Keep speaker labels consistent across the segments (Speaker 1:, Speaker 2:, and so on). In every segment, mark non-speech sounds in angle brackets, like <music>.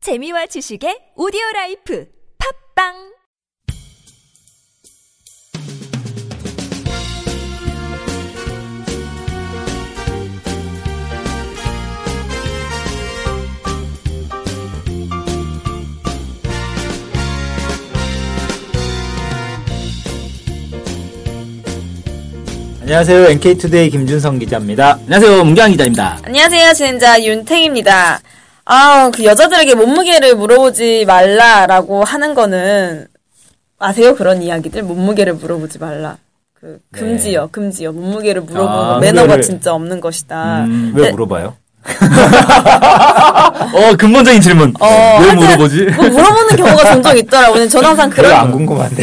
Speaker 1: 재미와 지식의 오디오 라이프 팝빵
Speaker 2: 안녕하세요. NK투데이 김준성 기자입니다.
Speaker 3: 안녕하세요. 문경환 기자입니다.
Speaker 4: 안녕하세요. 진짜 윤탱입니다. 아, 그 여자들에게 몸무게를 물어보지 말라라고 하는 거는 아세요? 그런 이야기들 몸무게를 물어보지 말라. 그 금지요, 금지요. 몸무게를 물어보는
Speaker 3: 아,
Speaker 4: 거 매너가
Speaker 2: 네. 몸무게를.
Speaker 4: 진짜 없는 것이다. 네.
Speaker 2: 음, 왜
Speaker 4: 근데-
Speaker 2: 물어봐요?
Speaker 3: <laughs> 어, 근본적인 질문.
Speaker 4: 어,
Speaker 3: 왜
Speaker 4: 하여튼
Speaker 3: 물어보지? <laughs>
Speaker 4: 뭐 물어보는 경우가 종종 있더라고요. 저는 항상
Speaker 2: 별로
Speaker 4: 그런
Speaker 2: 안 궁금한데.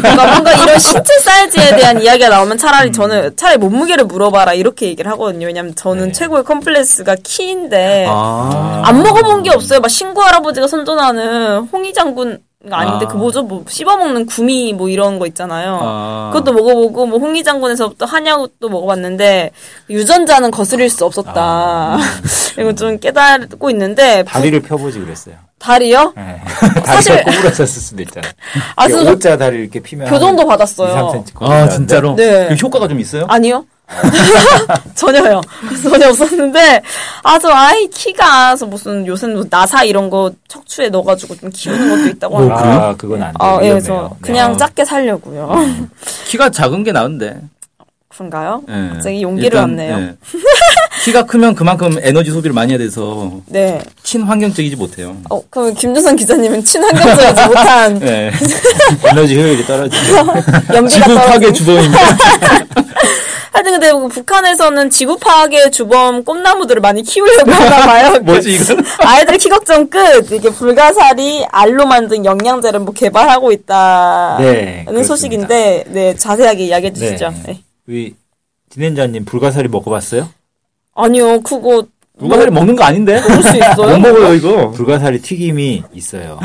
Speaker 4: 뭔가, 뭔가 이런 신체 사이즈에 대한 이야기가 나오면 차라리 저는 차라리 몸무게를 물어봐라 이렇게 얘기를 하거든요. 왜냐면 저는
Speaker 2: 네.
Speaker 4: 최고의 컴플렉스가 키인데
Speaker 3: 아.
Speaker 4: 안 먹어본 게 없어요. 막 신구 할아버지가 선전하는 홍이 장군 아닌데
Speaker 3: 아.
Speaker 4: 그 뭐죠? 뭐 씹어먹는 구미 뭐 이런 거 있잖아요.
Speaker 3: 아.
Speaker 4: 그것도 먹어보고 뭐 홍이 장군에서부터 한약도 먹어봤는데 유전자는 거스릴 수 없었다. <laughs> 이건 좀 깨닫고 있는데 부-
Speaker 2: 다리를 펴보지 그랬어요.
Speaker 4: 다리요?
Speaker 2: 네.
Speaker 4: 사실-
Speaker 2: 다리가 구부러졌을 수도 있잖아.
Speaker 4: 아,
Speaker 2: 이게
Speaker 4: 저-
Speaker 2: O자 다리 이렇게 피면
Speaker 4: 교정도
Speaker 2: 한 2,
Speaker 4: 받았어요.
Speaker 2: 3cm.
Speaker 3: 아, 진짜로?
Speaker 4: 네.
Speaker 3: 그 효과가 좀 있어요?
Speaker 4: 아니요. <laughs> 전혀요. 전혀 없었는데, 아, 저 아이 키가, 그래서 무슨 요새는 뭐 나사 이런 거 척추에 넣어가지고 좀 키우는 것도 있다고
Speaker 2: 아,
Speaker 4: 하는데.
Speaker 3: 그래요?
Speaker 2: 그건 안 돼.
Speaker 4: 아,
Speaker 2: 요
Speaker 4: 예, 그래서 그냥
Speaker 3: 아.
Speaker 4: 작게 살려고요.
Speaker 3: 키가 작은 게 나은데.
Speaker 4: <laughs> 그런가요?
Speaker 3: 음. 예.
Speaker 4: 갑자기 용기를 얻네요.
Speaker 3: 예. 키가 크면 그만큼 에너지 소비를 많이 해야 돼서
Speaker 4: 네.
Speaker 3: 친환경적이지 못해요.
Speaker 4: 어, 그럼 김준성 기자님은
Speaker 3: <laughs>
Speaker 4: 친환경적이지 못한
Speaker 3: 예.
Speaker 2: 에너지 효율이 떨어지죠.
Speaker 4: <laughs> 연비가
Speaker 3: 지구 파괴
Speaker 4: 떨어진.
Speaker 3: 주범입니다.
Speaker 4: 하여튼 근데 북한에서는 지구 파괴 주범 꽃나무들을 많이 키우려고 <laughs> 하나 봐요. 그
Speaker 3: 뭐지, 이건?
Speaker 4: <laughs> 아이들 키 걱정 끝. 이게 불가사리 알로 만든 영양제를 뭐 개발하고 있다.
Speaker 2: 네,
Speaker 4: 는 소식인데 네, 자세하게 이야기해 주시죠.
Speaker 2: 네.
Speaker 4: 네.
Speaker 2: <laughs> 우리 진행자님 불가사리 먹어봤어요?
Speaker 4: 아니요. 그거 뭐
Speaker 3: 누가 사리 먹는 거 아닌데?
Speaker 4: 먹을 수
Speaker 3: 못
Speaker 4: 있어요?
Speaker 3: 먹어요, 이거.
Speaker 2: 불가사리 튀김이 있어요.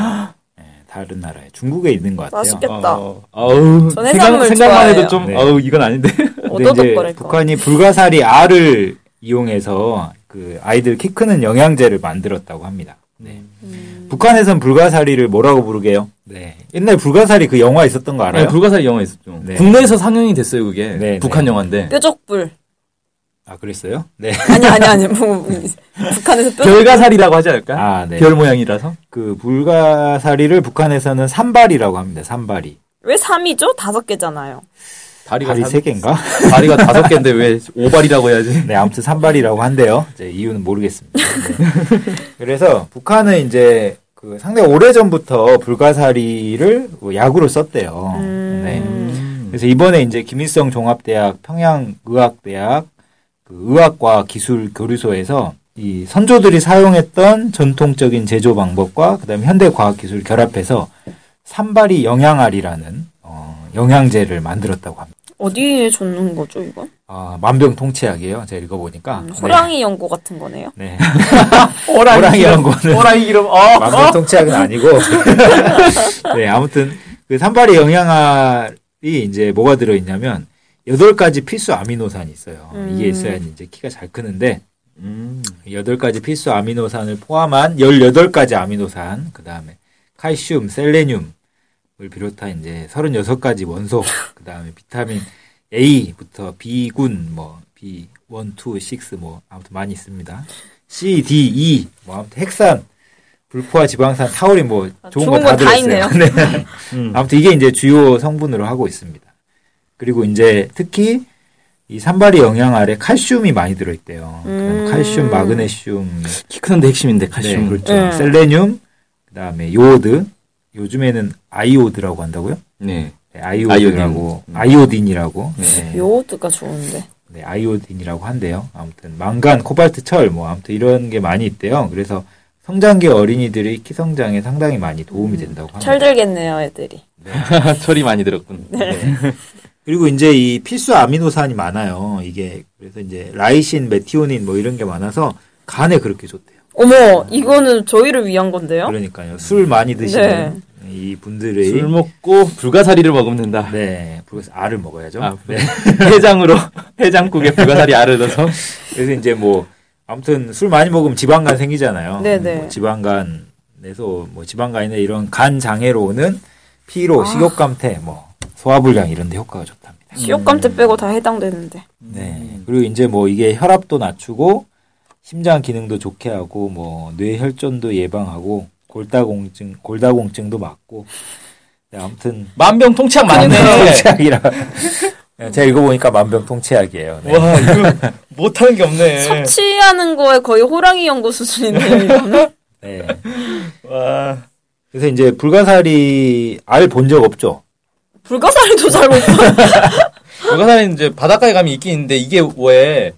Speaker 2: 네, 다른 나라에 중국에 있는 것 같아요.
Speaker 4: 맛있겠다.
Speaker 3: 어, 아우.
Speaker 4: 전
Speaker 3: 생각,
Speaker 4: 해산물
Speaker 3: 생각만
Speaker 4: 좋아해요.
Speaker 3: 해도 좀,
Speaker 2: 네.
Speaker 3: 아우, 이건 아닌데.
Speaker 2: 근데 이제
Speaker 4: 오도독거릴 것 같아요.
Speaker 2: 북한이 불가사리 알을 이용해서 그 아이들 키 크는 영양제를 만들었다고 합니다. 네.
Speaker 4: 음.
Speaker 2: 북한에선 불가사리를 뭐라고 부르게요? 네. 옛날 불가사리 그 영화 있었던 거 알아요?
Speaker 3: 네, 불가사리 영화 있었죠.
Speaker 2: 네.
Speaker 3: 국내에서 상영이 됐어요, 그게.
Speaker 2: 네,
Speaker 3: 북한
Speaker 2: 네.
Speaker 3: 영화인데.
Speaker 4: 뾰족불.
Speaker 2: 아 그랬어요? 네.
Speaker 4: 아니 아니 아니. 뭐, 북한에서 뾰족
Speaker 3: 별가살이라고 하지 않을까?
Speaker 2: 아 네.
Speaker 3: 별 모양이라서.
Speaker 2: 그 불가사리를 북한에서는 산발이라고 합니다. 산발이.
Speaker 4: 왜 3이죠? 다섯 개잖아요.
Speaker 3: 다리가
Speaker 2: 발이
Speaker 3: 다-
Speaker 2: 세 개인가?
Speaker 3: 다리가 다섯 개인데 왜 오발이라고 해야지?
Speaker 2: 네, 아무튼 산발이라고 한대요. 이제 이유는 모르겠습니다. 네. 그래서 북한은 이제 그 상당히 오래 전부터 불가사리를 뭐 야구로 썼대요.
Speaker 4: 음.
Speaker 2: 네. 그래서 이번에 이제 김일성 종합대학 평양의학대학 그 의학과 기술 교류소에서 이 선조들이 사용했던 전통적인 제조 방법과 그다음에 현대 과학 기술 결합해서 산발이 영양알이라는 어, 영양제를 만들었다고 합니다.
Speaker 4: 어디에 줬는 거죠, 이거?
Speaker 2: 아, 만병통치약이에요. 제가 읽어보니까
Speaker 4: 음,
Speaker 2: 네.
Speaker 4: 호랑이 연고 같은 거네요.
Speaker 3: <laughs>
Speaker 2: 네.
Speaker 3: 호랑이
Speaker 2: 호랑이란 거는
Speaker 3: 호랑이
Speaker 2: <laughs>
Speaker 3: 기름, 어!
Speaker 2: 만병통치약은
Speaker 3: <laughs>
Speaker 2: 아니고. 네, 아무튼 그 산발의 영양알이 이제 뭐가 들어있냐면 여덟 가지 필수 아미노산이 있어요.
Speaker 3: 음.
Speaker 2: 이게 있어야 이제 키가 잘 크는데 음, 여덟 가지 필수 아미노산을 포함한 18가지 아미노산, 그 다음에 칼슘, 셀레늄을 비롯한 이제 36가지 <laughs> 원소, 그 다음에 비타민 A부터 B군, 뭐, B1, 2, 6, 뭐, 아무튼 많이 있습니다. C, D, E, 뭐, 아무튼 핵산, 불포화 지방산, 타우린, 뭐,
Speaker 4: 아,
Speaker 2: 좋은
Speaker 4: 좋은
Speaker 2: 거 다
Speaker 4: 건다
Speaker 2: 들어있어요.
Speaker 4: 있네요.
Speaker 2: <laughs> 네. 아무튼 이게 이제 주요 성분으로 하고 있습니다. 그리고 이제 특히 이 산발이 영양 알에 칼슘이 많이 들어있대요. 그다음에
Speaker 4: 음.
Speaker 2: 칼슘, 마그네슘, 뭐,
Speaker 3: 키 크는데 핵심인데, 칼슘.
Speaker 2: 네, 그렇죠.
Speaker 4: 음.
Speaker 2: 셀레늄, 그다음에 요오드. 요즘에는 아이오드라고 한다고요?
Speaker 3: 네.
Speaker 2: 네, 아이오드라고, 아이오딘. 음. 이라고 네,
Speaker 4: 요오드가 좋은데.
Speaker 2: 네, 아이오딘이라고 한대요. 아무튼 망간, 코발트, 철, 뭐 아무튼 이런 게 많이 있대요. 그래서 성장기 어린이들이 키 성장에 상당히 많이 도움이 된다고 합니다.
Speaker 4: 철들겠네요, 애들이.
Speaker 3: 아, 철이 많이 들었군.
Speaker 2: 그리고 이제 이 필수 아미노산이 많아요. 이게 그래서 이제 라이신, 메티오닌 뭐 이런 게 많아서 간에 그렇게 좋대요.
Speaker 4: 어머, 이거는 저희를 위한 건데요?
Speaker 2: 그러니까요. 네. 술 많이 드시는 이 분들의
Speaker 3: 술 먹고 불가사리를 먹으면 된다.
Speaker 2: 네, 불가사 알을 먹어야죠.
Speaker 3: 아,
Speaker 2: 네.
Speaker 3: <laughs> 해장으로, 해장국에 불가사리 알을 넣어서.
Speaker 2: 그래서 이제 뭐 아무튼 술 많이 먹으면 지방간 생기잖아요.
Speaker 4: 네네.
Speaker 2: 뭐 지방간 그래서 뭐 지방간이나 이런 간 장애로 오는
Speaker 4: 아.
Speaker 2: 피로, 식욕감퇴, 뭐 소화불량 이런 데 효과가 좋답니다. 음.
Speaker 4: 시욕감퇴 빼고 다 해당되는데. 음.
Speaker 2: 네. 그리고 이제 뭐 이게 혈압도 낮추고 심장 기능도 좋게 하고 뭐 뇌혈전도 예방하고 골다공증 골다공증도 막고 네, 아무튼
Speaker 3: 만병통치약
Speaker 4: 네.
Speaker 3: 맞는데.
Speaker 2: 만병통치약이라 네, 제가 읽어보니까 만병통치약이에요.
Speaker 4: 뭐.
Speaker 2: 네.
Speaker 3: 와 이거 못하는 게 없네.
Speaker 4: 섭취하는 거에 거의 호랑이 연구 수준인데요,
Speaker 2: <laughs>
Speaker 4: 이거는.
Speaker 2: 네.
Speaker 3: 와.
Speaker 2: 그래서 이제 불가사리 알 본 적 없죠?
Speaker 4: 불가사리도 잘 못
Speaker 2: <laughs>
Speaker 4: 봐.
Speaker 3: 불가사리는 이제 바닷가에 가면 있긴 있는데 이게 왜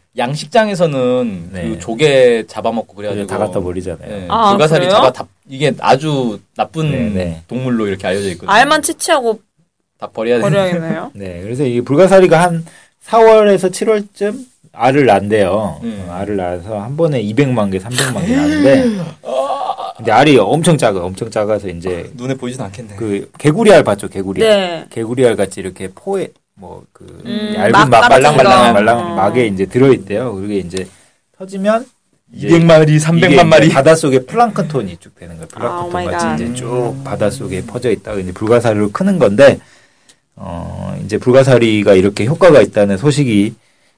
Speaker 3: 양식장에서는
Speaker 2: 네.
Speaker 3: 그 조개 잡아먹고 그래가지고
Speaker 2: 다 갖다 버리잖아요.
Speaker 3: 네,
Speaker 4: 아,
Speaker 3: 불가사리
Speaker 4: 그래요?
Speaker 3: 잡아 다 이게 아주 나쁜
Speaker 2: 네, 네.
Speaker 3: 동물로 이렇게 알려져 있거든요.
Speaker 4: 알만 치치하고
Speaker 3: 다 버려야 되는.
Speaker 4: 버려야겠네요.
Speaker 2: 네, 그래서 이 불가사리가 한 4월에서 7월쯤 알을 낳는데요.
Speaker 3: 음.
Speaker 2: 어, 알을 낳아서 한 번에 200만 개, 300만 개 낳는데, 근데 알이 엄청 작아, 엄청 작아서 이제
Speaker 3: 눈에 보이진 않겠네.
Speaker 2: 그 개구리 알 봤죠, 개구리. 알.
Speaker 4: 네.
Speaker 2: 개구리 알 같이 이렇게 포에 뭐그
Speaker 4: 음,
Speaker 2: 얇은
Speaker 4: 막
Speaker 2: 막
Speaker 4: 같은
Speaker 2: 말랑말랑한
Speaker 4: 거.
Speaker 2: 말랑
Speaker 4: 어.
Speaker 2: 막에 이제 들어있대요. 그게 이제 터지면 이제
Speaker 3: 200마리,
Speaker 2: 이게 이제
Speaker 3: 300만 마리. 음.
Speaker 2: 바닷속에 플랑크톤이 쭉 되는 거예요.
Speaker 4: 아, 오 마이
Speaker 2: 플랑크톤 같이
Speaker 4: 갓.
Speaker 2: 이제 쭉 바닷속에 퍼져 있다가 이제 불가사리로 크는 건데 어 이제 불가사리가 이렇게 효과가 있다는 소식이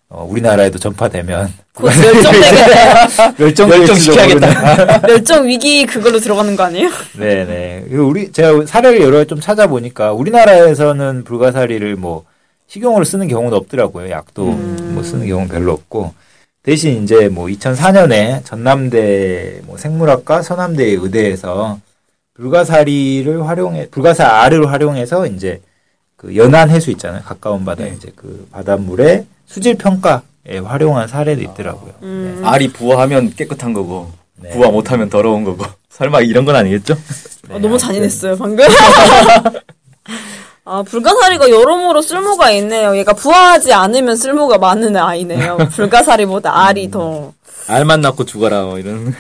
Speaker 2: 어, 우리나라에도 전파되면
Speaker 4: 곧
Speaker 2: <laughs>
Speaker 4: 멸종되겠네요.
Speaker 3: <laughs> 멸종시켜야겠다.
Speaker 4: 멸종 위기 그걸로 들어가는 거 아니에요?
Speaker 2: 네네. 그리고 우리 제가 사례를 여러 좀 찾아보니까 우리나라에서는 불가사리를 뭐 식용으로 쓰는 경우는 없더라고요. 약도
Speaker 4: 음.
Speaker 2: 뭐 쓰는 경우는 별로 없고 대신 이제 뭐 2004년에 전남대 뭐 생물학과 서남대 의대에서 불가사리를 활용해 불가사 알을 활용해서 이제 그 연안 해수 있잖아요. 가까운 바다
Speaker 3: 네.
Speaker 2: 이제 그 바닷물에 수질 평가에 활용한 사례도 있더라고요.
Speaker 4: 음.
Speaker 3: 알이 부화하면 깨끗한 거고
Speaker 2: 네.
Speaker 3: 부화 못하면 더러운 거고 <laughs> 설마 이런 건 아니겠죠?
Speaker 4: 아, 너무
Speaker 3: 네.
Speaker 4: 잔인했어요, 방금. <laughs> 아, 불가사리가 여러모로 쓸모가 있네요. 얘가 부화하지 않으면 쓸모가 많은 아이네요. 불가사리보다 알이
Speaker 3: 음.
Speaker 4: 더.
Speaker 3: 알만 낳고 죽어라 뭐 이런.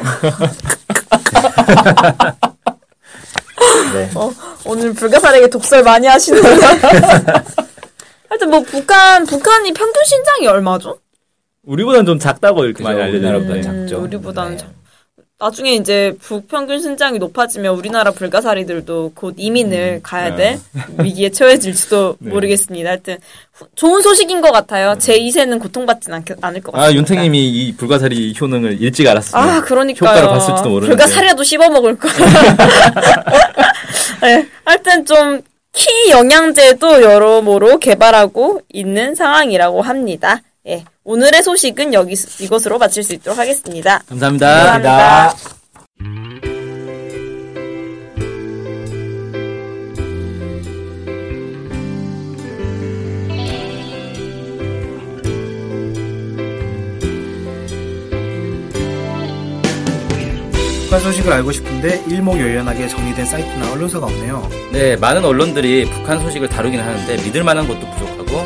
Speaker 2: 네.
Speaker 4: 어, 오늘 불가사리에게 독설 많이 하시는.
Speaker 3: <laughs>
Speaker 4: 하여튼 뭐 북한, 북한이 평균 신장이 얼마죠?
Speaker 3: <laughs> 우리보단 좀 작다고 이렇게
Speaker 2: 그죠.
Speaker 3: 많이 알려져
Speaker 2: 우리나라보다
Speaker 3: 있
Speaker 2: 작죠.
Speaker 4: 음, 우리보다는
Speaker 2: 네.
Speaker 4: 작- 나중에 이제 북평균 신장이 높아지면 우리나라 불가사리들도 곧 이민을
Speaker 3: 음,
Speaker 4: 가야 될 위기에
Speaker 3: <laughs>
Speaker 4: 처해질지도
Speaker 3: 네.
Speaker 4: 모르겠습니다. 하여튼 후- 좋은 소식인 것 같아요. 제 2세는 고통받진 않, 않을 것 같습니다.
Speaker 3: 아 윤탱님이 이 불가사리 효능을 일찍 알았어요.
Speaker 4: 아, 그러니까요.
Speaker 3: 네. 효과를 봤을지도 모르는데.
Speaker 4: 불가사리라도 씹어 먹을
Speaker 3: <laughs>
Speaker 4: 거야. 네, 하여튼 좀 키 영양제도 여러모로 개발하고 있는 상황이라고 합니다. 예. 오늘의 소식은 여기 이것으로 마칠 수 있도록 하겠습니다.
Speaker 3: 감사합니다.
Speaker 4: 감사합니다.
Speaker 5: 북한 소식을 알고 싶은데 일목요연하게 정리된 사이트나 언론사가 없네요.
Speaker 3: 네, 많은 언론들이 북한 소식을 다루긴 하는데 믿을 만한 것도 부족하고